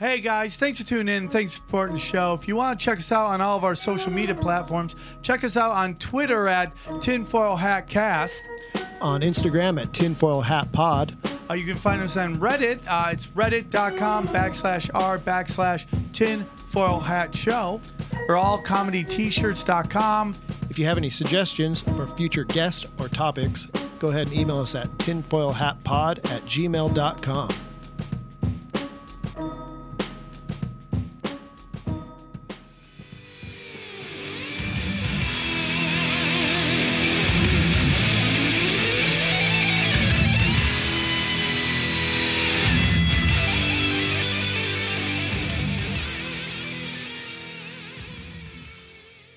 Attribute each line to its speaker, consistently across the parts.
Speaker 1: Hey guys, thanks for tuning in. Thanks for supporting the show. If you want to check us out on all of our social media platforms, check us out on Twitter at Tinfoil Hat Cast.
Speaker 2: On Instagram at Tinfoil Hat Pod.
Speaker 1: Uh, you can find us on Reddit. Uh, it's reddit.com backslash r backslash tinfoil hat show or allcomedyt-shirts.com.
Speaker 2: If you have any suggestions for future guests or topics, go ahead and email us at tinfoilhatpod at gmail.com.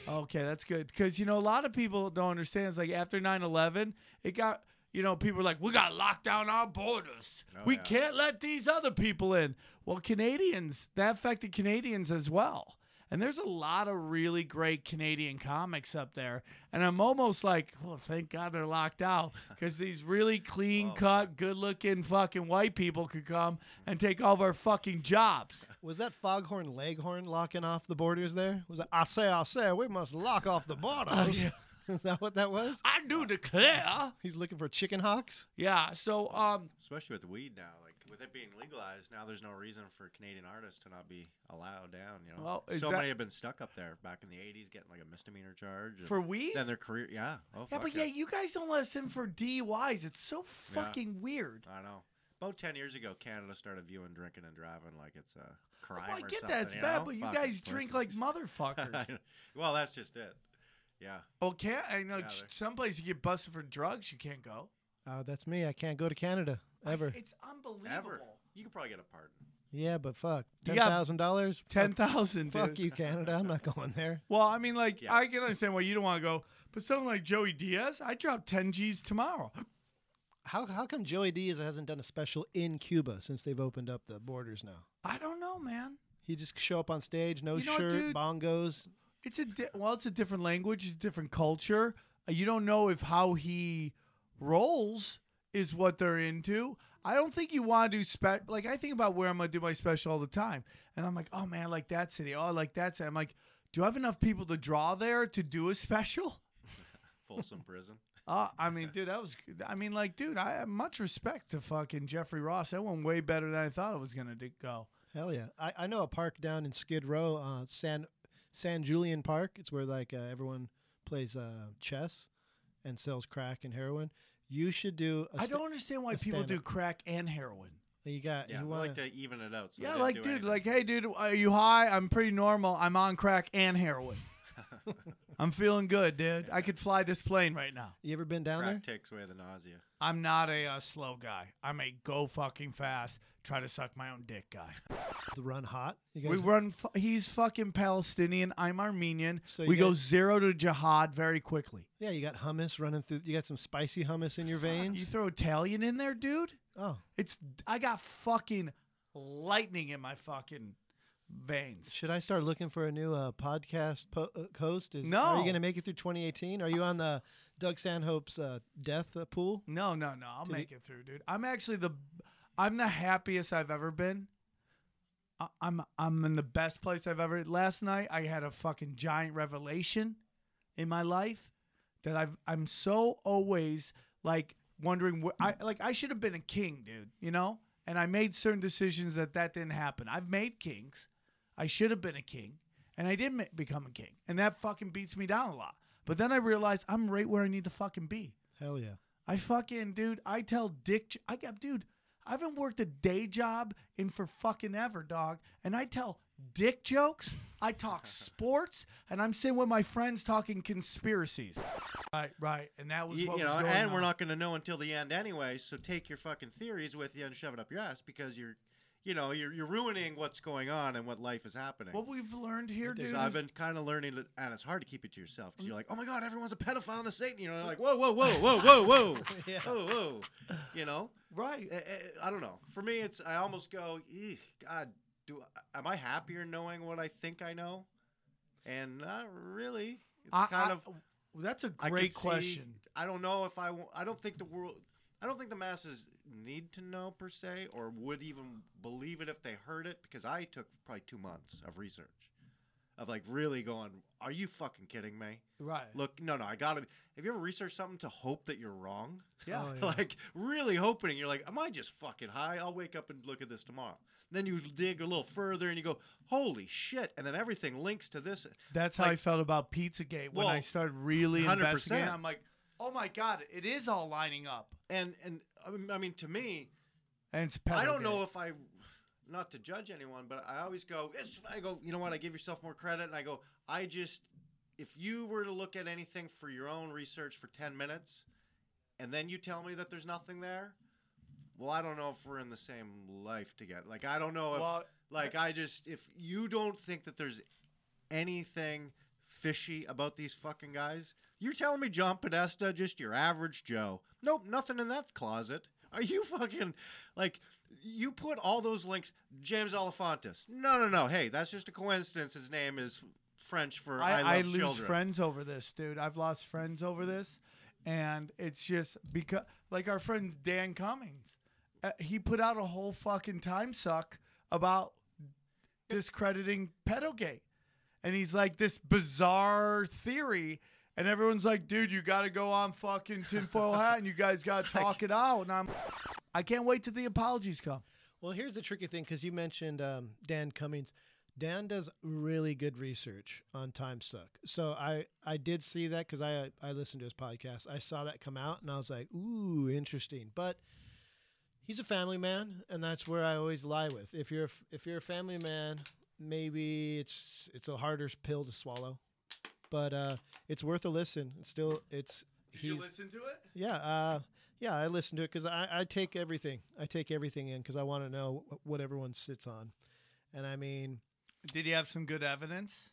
Speaker 1: Okay, that's good. Because, you know, a lot of people don't understand. It's like after 9 11, it got, you know, people were like, we got to lock down our borders. we
Speaker 3: yeah.
Speaker 1: can't let these other people in. Well, Canadians, that affected Canadians as well. And there's a lot of really great Canadian comics up there. And I'm almost like, oh, thank God they're locked out. Because these really clean cut, good looking fucking white people could come and take all of our fucking jobs.
Speaker 2: Was that Foghorn Leghorn locking off the borders there? Was it, I say, I say, we must lock off the borders? Is that what that was?
Speaker 1: I do declare.
Speaker 2: He's looking for chicken hawks?
Speaker 1: Yeah. So, um,
Speaker 3: Especially with weed now, like with it being legalized, now there's no reason for Canadian artists to not be allowed down. You know,
Speaker 1: Well, is
Speaker 3: so
Speaker 1: that-
Speaker 3: many have been stuck up there back in the '80s, getting like a misdemeanor charge and
Speaker 1: For weed?
Speaker 3: Then their career, yeah. Oh,
Speaker 1: Yeah,
Speaker 3: fuck
Speaker 1: but yeah, you guys don't let us in for DUIs. It's so
Speaker 3: Yeah.
Speaker 1: fucking weird.
Speaker 3: I know. About ten years ago, Canada started viewing drinking and driving like it's a crime.
Speaker 1: Well, I
Speaker 3: or
Speaker 1: get
Speaker 3: something,
Speaker 1: that it's
Speaker 3: you
Speaker 1: bad,
Speaker 3: know?
Speaker 1: but you
Speaker 3: Fuck,
Speaker 1: guys
Speaker 3: it's
Speaker 1: drink like
Speaker 3: worthless.
Speaker 1: motherfuckers.
Speaker 3: well, that's just it. Yeah.
Speaker 1: well, can't I know
Speaker 3: Yeah,
Speaker 1: ch-
Speaker 3: they're-
Speaker 1: some place you get busted for drugs, you can't go.
Speaker 2: Uh, that's me. I can't go to Canada ever.
Speaker 1: It's unbelievable.
Speaker 3: Ever. You could probably get a pardon.
Speaker 2: Yeah, but fuck.
Speaker 1: You
Speaker 2: $10,000?
Speaker 1: got-
Speaker 2: Fuck-
Speaker 1: Ten thousand.
Speaker 2: Fuck you, Canada. I'm not going there.
Speaker 1: Well, I mean, like
Speaker 3: Yeah.
Speaker 1: I can understand why you don't want to go, but someone like Joey Diaz, I drop ten G's tomorrow.
Speaker 2: How, how come Joey Diaz hasn't done a special in Cuba since they've opened up the borders now?
Speaker 1: I don't know, man.
Speaker 2: He just show up on stage, no
Speaker 1: You know what,
Speaker 2: shirt,
Speaker 1: dude?
Speaker 2: bongos.
Speaker 1: It's a di- well, it's a different language, it's a different culture. Uh, You don't know if how he rolls is what they're into. I don't think you want to do spe- like I think about where I'm gonna do my special all the time, and I'm like, oh man, I like that city. Oh, I like that city. I'm like, do I have enough people to draw there to do a special?
Speaker 3: Folsom Prison.
Speaker 1: Uh, I mean, dude, that was. I mean, like, dude, I have much respect to fucking Jeffrey Ross. That went way better than I thought it was gonna do- go.
Speaker 2: Hell yeah! I, I know a park down in Skid Row, uh, San San Julian Park. It's where like uh, everyone plays uh, chess and sells crack and heroin. You should do. I
Speaker 1: I don't understand why
Speaker 2: a
Speaker 1: people do
Speaker 2: stand-up.
Speaker 1: crack and heroin.
Speaker 2: You got.
Speaker 3: Yeah,
Speaker 2: you
Speaker 3: I
Speaker 2: want
Speaker 3: like to even it out. So they
Speaker 1: yeah,
Speaker 3: didn't
Speaker 1: like,
Speaker 3: do
Speaker 1: dude,
Speaker 3: anything.
Speaker 1: like, hey, dude, are you high? I'm pretty normal. I'm on crack and heroin. I'm feeling good, dude. I could fly this plane right now.
Speaker 2: You ever been down
Speaker 3: crack
Speaker 2: there?
Speaker 3: takes away the nausea.
Speaker 1: I'm not a uh, slow guy. I'm a go fucking fast, try to suck my own dick guy.
Speaker 2: The run hot. You
Speaker 1: We
Speaker 2: guys.
Speaker 1: run. F- he's fucking Palestinian. I'm Armenian.
Speaker 2: So you
Speaker 1: we go
Speaker 2: guys-
Speaker 1: zero to jihad very quickly.
Speaker 2: yeah, you got hummus running through. You got some spicy hummus in your
Speaker 1: You
Speaker 2: veins.
Speaker 1: throw Italian in there, dude.
Speaker 2: Oh
Speaker 1: It's I got fucking lightning in my fucking veins.
Speaker 2: Should I start looking for a new uh, podcast po- uh, host? Is
Speaker 1: No.
Speaker 2: Are you going to make it through 2018? Are you on the Doug Sanhope's uh, death uh, pool?
Speaker 1: No, no, no. I'll make it through, dude. I'm actually the I'm the happiest I've ever been. I, I'm I'm in the best place I've ever. Last night I had a fucking giant revelation in my life that I've I'm so always like wondering where I like I should have been a king, dude, you know? And I made certain decisions that that didn't happen. I've made kings. I should have been a king, and I didn't ma- become a king. And that fucking beats me down a lot. But then I realized I'm right where I need to fucking be.
Speaker 2: Hell yeah.
Speaker 1: I fucking dude, I tell dick j- I got dude, I haven't worked a day job in for fucking ever, dog. And I tell dick jokes, I talk sports, and I'm sitting with my friends talking conspiracies. Right, right. And that was
Speaker 3: You,
Speaker 1: what
Speaker 3: you
Speaker 1: was
Speaker 3: know,
Speaker 1: going
Speaker 3: and we're
Speaker 1: on.
Speaker 3: not going to know until the end anyway. So take your fucking theories with you and shove it up your ass because you're, you know, you're you're ruining what's going on and what life is happening.
Speaker 1: what we've learned here, dude.
Speaker 3: so I've
Speaker 1: is- Mm.
Speaker 3: been kind of learning, to, and it's hard to keep it to yourself because you're like, oh my god, everyone's a pedophile and a Satan. You know, like whoa, whoa, Oh, whoa, whoa, whoa, whoa,
Speaker 2: Yeah.
Speaker 3: whoa, whoa. You know,
Speaker 1: right.
Speaker 3: Eh, eh, I don't know. For me, it's I almost go, "Eek, God, do I- am I happier knowing what I think I know? And not really. It's
Speaker 1: I-
Speaker 3: kind
Speaker 1: I-
Speaker 3: of
Speaker 1: that's a
Speaker 3: I could
Speaker 1: great
Speaker 3: see-
Speaker 1: question.
Speaker 3: I don't know if I. wa- I don't think the world.
Speaker 4: I don't think the masses need to know per se, or would even believe it if they heard it, because I took probably two months of research, of like really going, "Are you fucking kidding me?"
Speaker 1: Right.
Speaker 4: Look, no, no, I gotta. Have you ever researched something to hope that you're wrong?
Speaker 1: yeah.
Speaker 3: uh,
Speaker 2: Oh,
Speaker 4: like really hoping you're like, am I just fucking high? I'll wake up and look at this tomorrow. Then you dig a little further and you go, holy shit! And then everything links to this.
Speaker 1: That's how I
Speaker 4: Like-
Speaker 1: felt about Pizzagate when I
Speaker 4: Well,
Speaker 1: started really
Speaker 4: 100%.
Speaker 1: investigating. I'm like, oh my god, it is all lining up.
Speaker 4: And and I mean- I mean, to me,
Speaker 1: And it's
Speaker 4: I don't
Speaker 1: Pedalgate.
Speaker 4: know if I, not to judge anyone, but I always go, it's, I go, you know what? I give yourself more credit, and I go, I just, if you were to look at anything for your own research for ten minutes, and then you tell me that there's nothing there, well, I don't know if we're in the same life together. Like I don't know if,
Speaker 1: Well,
Speaker 4: like I just, if you don't think that there's anything fishy about these fucking guys, you're telling me John Podesta, just your average Joe. Nope, nothing in that closet. Are you fucking like you put all those links? James Olifantis. No, no, no. Hey, that's just a coincidence. His name is French for I,
Speaker 1: I,
Speaker 4: love
Speaker 1: I lose
Speaker 4: children.
Speaker 1: friends over this, dude. I've lost friends over this, and it's just because, like our friend Dan Cummings, uh, he put out a whole fucking time suck about discrediting Pedogate, and he's like this bizarre theory. And everyone's like, dude, you got to go on fucking tinfoil hat and you guys got to
Speaker 4: like-
Speaker 1: talk it out. And I'm, I can't wait till the apologies come.
Speaker 2: Well, here's the tricky thing because you mentioned um, Dan Cummings. Dan does really good research on time suck. So I, I did see that because I I listened to his podcast. I saw that come out and I was like, ooh, interesting. But he's a family man, and that's where I always lie with. If you're a f- if you're a family man, maybe it's it's a harder pill to swallow, but uh, it's worth a listen. It's still it's he's-
Speaker 1: listen to it?
Speaker 2: yeah, uh, yeah, I listen to it because I, I take everything. I take everything in because I want to know wh- what everyone sits on. And I mean,
Speaker 1: Did he have some good evidence?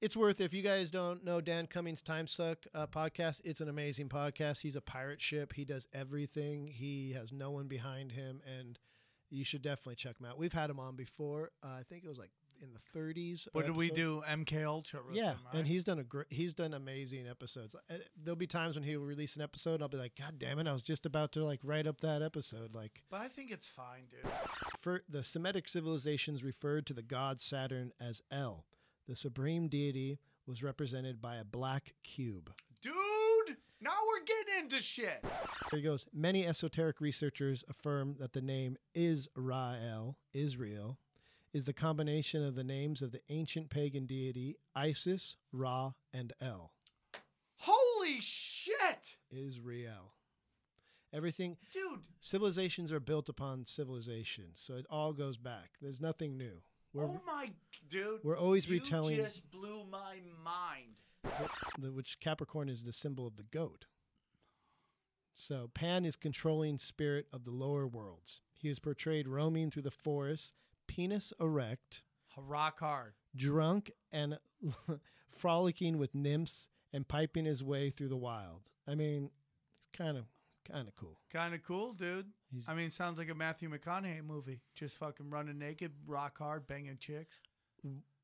Speaker 2: it's worth if you guys don't know Dan Cummings' Time Suck uh, podcast. It's an amazing podcast. He's a pirate ship. He does everything. He has no one behind him, and you should definitely check him out. We've had him on before. Uh, I think it was like in the Uh, 30s.
Speaker 1: What did we
Speaker 2: episode.
Speaker 1: do? MK Ultra. with
Speaker 2: Yeah,
Speaker 1: him,
Speaker 2: and
Speaker 1: right?
Speaker 2: he's done a great. He's done amazing episodes. Uh, There'll be times when he will release an episode, and I'll be like, "God damn it! I was just about to like write up that episode." Like,
Speaker 1: But I think it's fine, dude.
Speaker 2: for the Semitic civilizations referred to the god Saturn as El. The supreme deity was represented by a black cube.
Speaker 1: Dude, now we're getting into shit.
Speaker 2: There he goes. Many esoteric researchers affirm that the name Israel, Israel, is the combination of the names of the ancient pagan deity Isis, Ra, and El.
Speaker 1: Holy shit.
Speaker 2: Israel. Everything
Speaker 1: Dude,
Speaker 2: civilizations are built upon civilization, so it all goes back. There's nothing new. We're,
Speaker 1: oh my dude.
Speaker 2: we're always
Speaker 1: you
Speaker 2: retelling,
Speaker 1: just blew my mind.
Speaker 2: the- which Capricorn is the symbol of the goat. So Pan is controlling spirit of the lower worlds. He is portrayed roaming through the forest, penis erect,
Speaker 1: Rock hard.
Speaker 2: drunk and frolicking with nymphs, and piping his way through the wild. I mean, it's kind of kind of cool.
Speaker 1: Kind of cool, dude.
Speaker 2: He's-
Speaker 1: I mean, sounds like a Matthew McConaughey movie. Just fucking running naked, rock hard, banging chicks.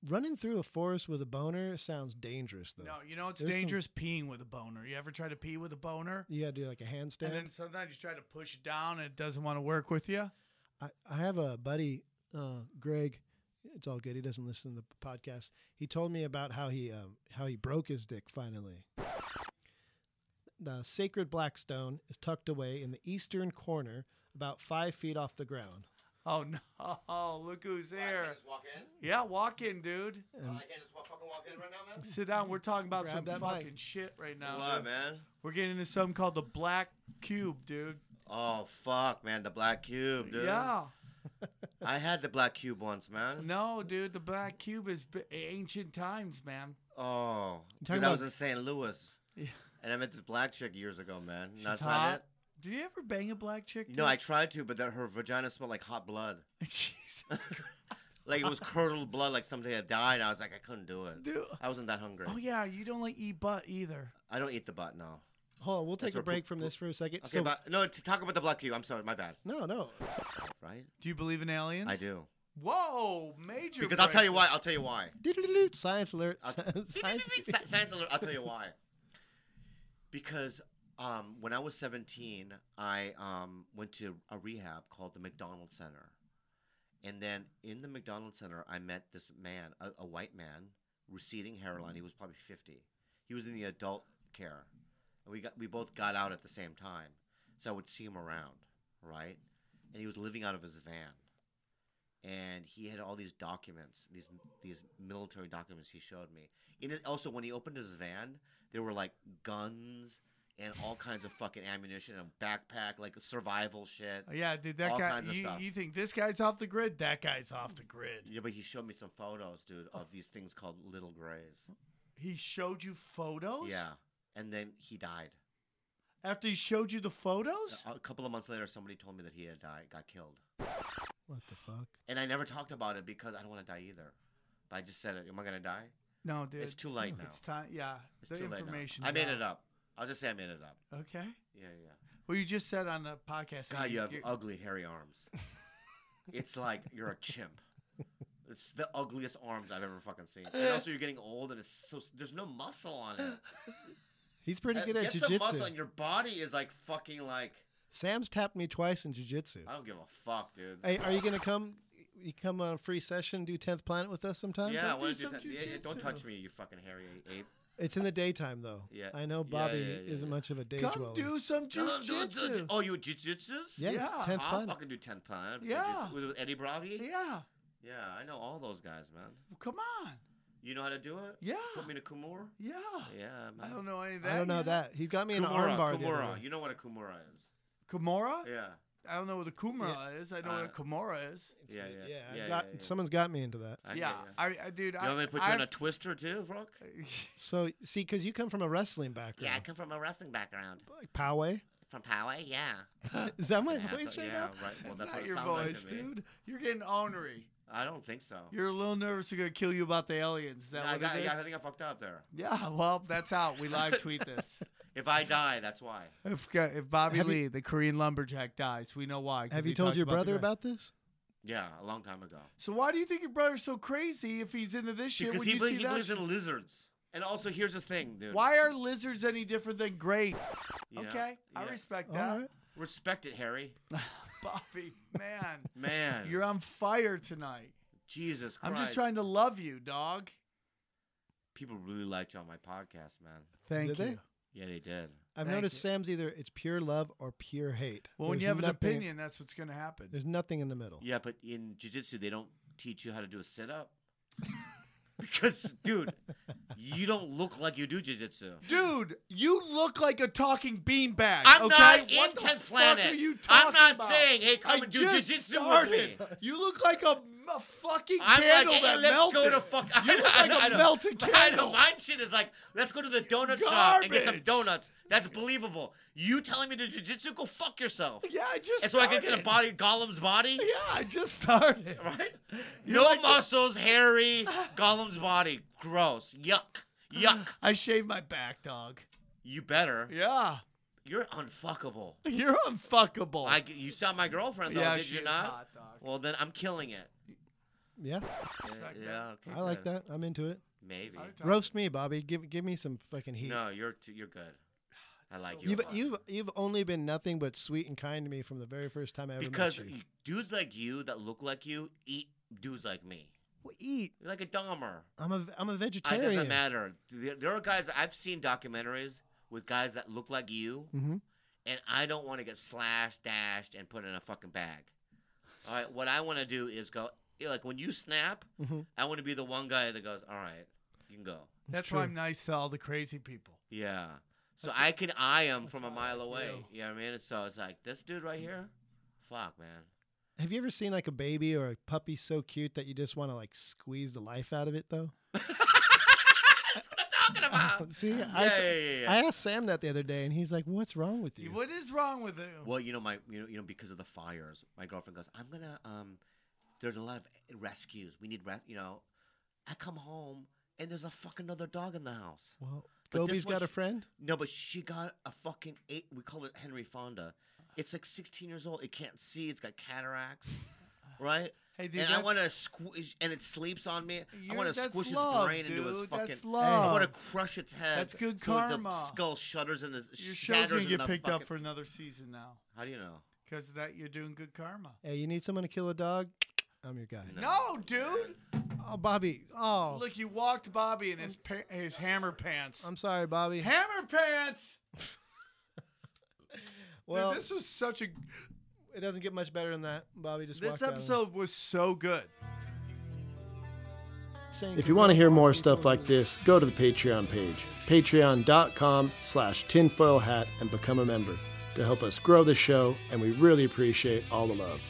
Speaker 2: Running through a forest with a boner sounds dangerous, though.
Speaker 1: No, you know it's
Speaker 2: There's some-
Speaker 1: dangerous peeing with a boner. You ever try to pee with a boner?
Speaker 2: You gotta do like a handstand.
Speaker 1: And then sometimes you try to push it down and it doesn't want to work with you.
Speaker 2: I, I have a buddy, uh, Greg. It's all good. He doesn't listen to the podcast. He told me about how he um, how he broke his dick finally. The sacred black stone is tucked away in the eastern corner, about five feet off the ground.
Speaker 1: Oh no! Look who's
Speaker 3: I
Speaker 1: here.
Speaker 3: can't just walk in.
Speaker 1: Yeah, walk in, dude.
Speaker 3: Uh, I can't just wa- fucking walk in right now, man.
Speaker 1: Sit down. We're talking about
Speaker 2: Grab
Speaker 1: some
Speaker 2: that
Speaker 1: fucking
Speaker 2: mic.
Speaker 1: shit right now.
Speaker 3: What,
Speaker 1: dude.
Speaker 3: man?
Speaker 1: We're getting into something called the Black Cube, dude.
Speaker 3: Oh fuck, man, the black cube, dude.
Speaker 1: Yeah.
Speaker 3: I had the black cube once, man.
Speaker 1: No, dude, the Black Cube is b- ancient times, man.
Speaker 3: Oh, because
Speaker 2: about-
Speaker 3: I was in St. Louis.
Speaker 1: Yeah.
Speaker 3: And I met this black chick years ago, man.
Speaker 1: She's
Speaker 3: That's
Speaker 1: hot.
Speaker 3: not it.
Speaker 1: Did you ever bang a black chick?
Speaker 3: No, I
Speaker 1: dude?
Speaker 3: tried to, but that her vagina smelled like hot blood.
Speaker 1: Jesus,
Speaker 3: Like it was curdled blood, like somebody had died. And I was like, I couldn't do it.
Speaker 1: dude.
Speaker 3: I wasn't that hungry.
Speaker 1: Oh yeah, you don't like eat butt either.
Speaker 3: I don't eat the butt, no.
Speaker 2: Hold on, we'll take
Speaker 3: That's
Speaker 2: a
Speaker 3: where
Speaker 2: break
Speaker 3: poop-
Speaker 2: from this for a second.
Speaker 3: Okay,
Speaker 2: so,
Speaker 3: but no, to talk about the black cube. I'm sorry, my bad.
Speaker 2: no, no,
Speaker 3: Right?
Speaker 1: Do you believe in aliens?
Speaker 3: I do.
Speaker 1: Whoa, major.
Speaker 3: Because I'll tell you
Speaker 1: breakthrough.
Speaker 3: why. I'll tell you why.
Speaker 2: Doo-doo-doo-doo. science alert!
Speaker 3: I'll
Speaker 2: Science.
Speaker 3: Science alert. I'll tell you why. Because Um, when I was 17, I um, went to a rehab called the McDonald Center. And then in the McDonald Center, I met this man, a, a white man, receding hairline. He was probably 50. He was in the adult care. And we, got, we both got out at the same time. So I would see him around, right? And he was living out of his van. And he had all these documents, these these military documents he showed me. And it- also, when he opened his van, there were like guns and all kinds of fucking ammunition and a backpack, like survival shit.
Speaker 1: Oh, Yeah, dude, that
Speaker 3: All
Speaker 1: guy.
Speaker 3: kinds of
Speaker 1: You,
Speaker 3: stuff.
Speaker 1: you think this guy's off the grid? That guy's off the grid.
Speaker 3: Yeah, but he showed me some photos, dude, of these things called little grays.
Speaker 1: He showed you photos.
Speaker 3: Yeah. And then he died.
Speaker 1: After he showed you the photos.
Speaker 3: A a couple of months later, somebody told me that he had died, got killed.
Speaker 2: What the fuck?
Speaker 3: And I never talked about it because I don't want to die either. But I just said it. Am I going to die?
Speaker 1: No, dude.
Speaker 3: it's too late now.
Speaker 1: It's time. Yeah.
Speaker 3: It's
Speaker 1: the
Speaker 3: too late now.
Speaker 1: information.
Speaker 3: I made it up. I'll just say I made it up.
Speaker 1: Okay.
Speaker 3: Yeah, yeah.
Speaker 1: Well, you just said on the podcast. that
Speaker 3: God, you have
Speaker 1: you're-
Speaker 3: ugly, hairy arms. it's like you're a chimp. It's the ugliest arms I've ever fucking seen. And also, you're getting old, and it's so there's no muscle on it.
Speaker 2: He's pretty
Speaker 3: Uh,
Speaker 2: good at
Speaker 3: Get some muscle, and
Speaker 2: jujitsu.
Speaker 3: your body is like fucking like
Speaker 2: Sam's tapped me twice in jujitsu.
Speaker 3: I don't give a fuck, dude.
Speaker 2: Hey, are you gonna come? You come on a free session, do Tenth Planet with us sometime?
Speaker 3: yeah, I
Speaker 1: do
Speaker 3: want to do
Speaker 1: some
Speaker 3: that. Yeah, yeah, don't
Speaker 1: jujitsu.
Speaker 3: touch me, you fucking hairy ape.
Speaker 2: It's in the daytime though.
Speaker 3: Yeah.
Speaker 2: I know
Speaker 3: Yeah,
Speaker 2: Bobby
Speaker 3: yeah, yeah,
Speaker 2: isn't
Speaker 3: yeah.
Speaker 2: much of a day
Speaker 1: Come
Speaker 2: dweller.
Speaker 1: do some jujitsu.
Speaker 3: Oh, you jujitsus?
Speaker 2: yeah,
Speaker 1: Yeah.
Speaker 2: Tenth
Speaker 3: I'll
Speaker 2: Planet.
Speaker 3: fucking do ten pound.
Speaker 1: Yeah.
Speaker 3: Was it with Eddie Bravi?
Speaker 1: Yeah.
Speaker 3: Yeah, I know all those guys, man.
Speaker 1: Well, come on.
Speaker 3: You know how to do it?
Speaker 1: Yeah.
Speaker 3: Put me in a kumura.
Speaker 1: Yeah.
Speaker 3: Yeah, man.
Speaker 1: I don't know any of that.
Speaker 2: I don't know
Speaker 1: yet.
Speaker 2: that. He got me an
Speaker 3: Kumura,
Speaker 2: armbar the other
Speaker 3: kumura.
Speaker 2: day.
Speaker 3: You know what a kumura is?
Speaker 1: Kimura?
Speaker 3: Yeah.
Speaker 1: I don't know what a Kumara is. I know what a
Speaker 3: Uh,
Speaker 1: Kimura is.
Speaker 2: It's
Speaker 3: Yeah,
Speaker 2: the-
Speaker 3: yeah,
Speaker 2: I
Speaker 3: yeah,
Speaker 2: got-
Speaker 3: yeah, yeah.
Speaker 2: Someone's got me into that.
Speaker 1: yeah,
Speaker 3: I get ya.
Speaker 1: I, I, dude, I.
Speaker 3: You want me to put you on
Speaker 1: I-
Speaker 3: a twister too, Frog?
Speaker 2: So see, because you come from a wrestling
Speaker 3: Yeah, I
Speaker 2: background.
Speaker 3: come from a wrestling background.
Speaker 2: Like Poway.
Speaker 3: From Poway, yeah.
Speaker 2: Is that my
Speaker 3: Yeah, so-
Speaker 2: voice right
Speaker 3: yeah,
Speaker 2: now?
Speaker 3: right. Well,
Speaker 1: That's
Speaker 3: that's,
Speaker 1: not
Speaker 3: what it
Speaker 1: your
Speaker 3: sounds
Speaker 1: voice,
Speaker 3: like to me.
Speaker 1: dude. You're getting ornery.
Speaker 3: I don't think so.
Speaker 1: You're a little nervous. They're gonna kill you about the aliens. Is that
Speaker 3: I,
Speaker 1: what
Speaker 3: got,
Speaker 1: it is?
Speaker 3: yeah, I think I fucked up there.
Speaker 1: Yeah, well, that's out. We live tweet this.
Speaker 3: If I die, that's why.
Speaker 1: If, if Bobby
Speaker 2: Have you-
Speaker 1: Lee, the Korean lumberjack, dies, we know why. 'cause
Speaker 2: Have
Speaker 1: he
Speaker 2: you told
Speaker 1: talked
Speaker 2: your brother
Speaker 1: the-
Speaker 2: about this?
Speaker 3: Yeah, a long time ago.
Speaker 1: So why do you think your brother's so crazy if he's into this shit?
Speaker 3: Because
Speaker 1: when
Speaker 3: he,
Speaker 1: you
Speaker 3: belie-
Speaker 1: see
Speaker 3: he
Speaker 1: that
Speaker 3: believes
Speaker 1: shit?
Speaker 3: in lizards. And also, here's the thing, dude.
Speaker 1: Why are lizards any different than great?
Speaker 3: You know?
Speaker 1: Okay, I
Speaker 3: Yeah.
Speaker 1: respect
Speaker 2: All
Speaker 1: that.
Speaker 2: right.
Speaker 3: Respect it, Harry.
Speaker 1: Bobby, man,
Speaker 3: Man,
Speaker 1: you're on fire tonight.
Speaker 3: Jesus
Speaker 1: I'm
Speaker 3: Christ.
Speaker 1: just trying to love you, dog.
Speaker 3: People really liked you on my podcast, man.
Speaker 1: Thank
Speaker 2: Did
Speaker 1: you.
Speaker 2: they?
Speaker 3: Yeah, they did.
Speaker 2: I've
Speaker 1: Thank
Speaker 2: noticed
Speaker 1: you.
Speaker 2: Sam's either it's pure love or pure hate.
Speaker 1: Well, when
Speaker 2: There's
Speaker 1: you have an
Speaker 2: nothing-
Speaker 1: opinion, that's what's going to happen.
Speaker 2: there's nothing in the middle.
Speaker 3: Yeah, but in jiu-jitsu, they don't teach you how to do a sit-up. because, dude, you don't look like you do jiu-jitsu.
Speaker 1: Dude, you look like a talking beanbag.
Speaker 3: I'm
Speaker 1: okay?
Speaker 3: not
Speaker 1: What
Speaker 3: in
Speaker 1: the
Speaker 3: 10th
Speaker 1: fuck
Speaker 3: Planet.
Speaker 1: Are you
Speaker 3: I'm
Speaker 1: talking
Speaker 3: not
Speaker 1: about?
Speaker 3: saying, hey, come
Speaker 1: I
Speaker 3: and do
Speaker 1: just
Speaker 3: jiu-jitsu with me.
Speaker 1: started. You look like a, a fucking
Speaker 3: I'm like,
Speaker 1: candle
Speaker 3: hey,
Speaker 1: that
Speaker 3: let's
Speaker 1: melted.
Speaker 3: go to fuck.
Speaker 1: You look like
Speaker 3: a
Speaker 1: a melted
Speaker 3: I
Speaker 1: candle.
Speaker 3: know, mine shit is like, let's go to the donut shop and get some
Speaker 1: Garbage.
Speaker 3: donuts. That's believable. You telling me to jujitsu? Go fuck yourself.
Speaker 1: Yeah, I just.
Speaker 3: And so I can get a
Speaker 1: started.
Speaker 3: body, Gollum's body,
Speaker 1: Yeah, I just started.
Speaker 3: right? no muscles, hairy, Gollum's body. Gross. Yuck. Yuck.
Speaker 1: I shaved my back, dog.
Speaker 3: You better.
Speaker 1: Yeah,
Speaker 3: You're unfuckable.
Speaker 1: you're unfuckable.
Speaker 3: I, you saw my girlfriend though,
Speaker 1: Oh. yeah,
Speaker 3: did
Speaker 1: she
Speaker 3: you
Speaker 1: is
Speaker 3: not?
Speaker 1: hot, dog.
Speaker 3: Well, then I'm killing it.
Speaker 2: Yeah,
Speaker 3: Yeah,
Speaker 1: Respect that.
Speaker 3: yeah, okay,
Speaker 2: I like
Speaker 3: good.
Speaker 2: that. I'm into it.
Speaker 3: Maybe.
Speaker 1: I would tell-
Speaker 2: Roast me, Bobby. Give give me some fucking heat.
Speaker 3: No, you're too, you're good. I
Speaker 1: so
Speaker 3: like you. a
Speaker 2: You've
Speaker 3: lot.
Speaker 2: you've you've only been nothing but sweet and kind to me from the very first time I ever
Speaker 3: because
Speaker 2: met you.
Speaker 3: y- dudes like you that look like you eat dudes like me.
Speaker 2: Well, eat.
Speaker 3: You're like a Dahmer.
Speaker 2: I'm a I'm a
Speaker 3: I- It
Speaker 2: vegetarian.
Speaker 3: doesn't matter. There there are guys I've seen documentaries with guys that look like you,
Speaker 2: Mm-hmm.
Speaker 3: and I don't want to get slashed, dashed, and put in a fucking bag. All right, what I want to do is go. yeah, Like when you snap,
Speaker 2: Mhm.
Speaker 3: I want to be the one guy that goes, "All right, you can go."
Speaker 1: That's
Speaker 2: true.
Speaker 1: why I'm nice to all the crazy people.
Speaker 3: Yeah. So
Speaker 1: That's
Speaker 3: I can eye him
Speaker 1: that's
Speaker 3: from a
Speaker 1: what I
Speaker 3: mile
Speaker 1: like
Speaker 3: away.
Speaker 1: too.
Speaker 3: You know what I mean? And so it's like this dude right here. Fuck, man.
Speaker 2: Have you ever seen like a baby or a puppy so cute that you just want to like squeeze the life out of it though?
Speaker 3: That's what I'm talking about.
Speaker 2: See,
Speaker 3: yeah,
Speaker 2: I,
Speaker 3: yeah, yeah, yeah.
Speaker 2: I asked Sam that the other day, and he's like, "What's wrong with you?"
Speaker 1: What is wrong with you?
Speaker 3: Well, you know, my you know, you know, because of the fires, my girlfriend goes, "I'm gonna um, there's a lot of rescues. We need res, you know." I come home and there's a fucking other dog in the house.
Speaker 2: Well,
Speaker 3: But this
Speaker 2: Gobi's
Speaker 3: was-
Speaker 2: got a friend.
Speaker 3: No, but she got a fucking eight. We call it Henry Fonda. It's like 16 years old. It can't see. It's got cataracts, right?
Speaker 1: Hey, dude,
Speaker 3: and I
Speaker 1: that's-
Speaker 3: want to squeeze, and it sleeps on me. I
Speaker 1: you're-
Speaker 3: want to
Speaker 1: that's
Speaker 3: squish
Speaker 1: love,
Speaker 3: its brain into his
Speaker 1: dude.
Speaker 3: fucking.
Speaker 1: That's love.
Speaker 3: I want to crush its head.
Speaker 1: That's good
Speaker 3: so
Speaker 1: karma.
Speaker 3: The skull shudders and is
Speaker 1: Your show's
Speaker 3: shatters
Speaker 1: gonna
Speaker 3: in
Speaker 1: get
Speaker 3: the
Speaker 1: picked
Speaker 3: fucking,
Speaker 1: up for another season now
Speaker 3: How do you know?
Speaker 1: because that you're doing good karma.
Speaker 2: Hey, you need someone to kill a dog? I'm your guy.
Speaker 1: No, dude.
Speaker 2: Oh, Bobby. Oh,
Speaker 1: Look, you walked Bobby in his pa- his hammer pants.
Speaker 2: I'm sorry, Bobby.
Speaker 1: hammer pants.
Speaker 2: Well,
Speaker 1: dude, this was such a.
Speaker 2: it doesn't get much better than that. Bobby just
Speaker 1: This
Speaker 2: walked out on us.
Speaker 1: episode was so good.
Speaker 5: If you want to hear more stuff like this, go to the Patreon page, patreon.com slash tinfoil hat, and become a member to help us grow the show, and we really appreciate all the love.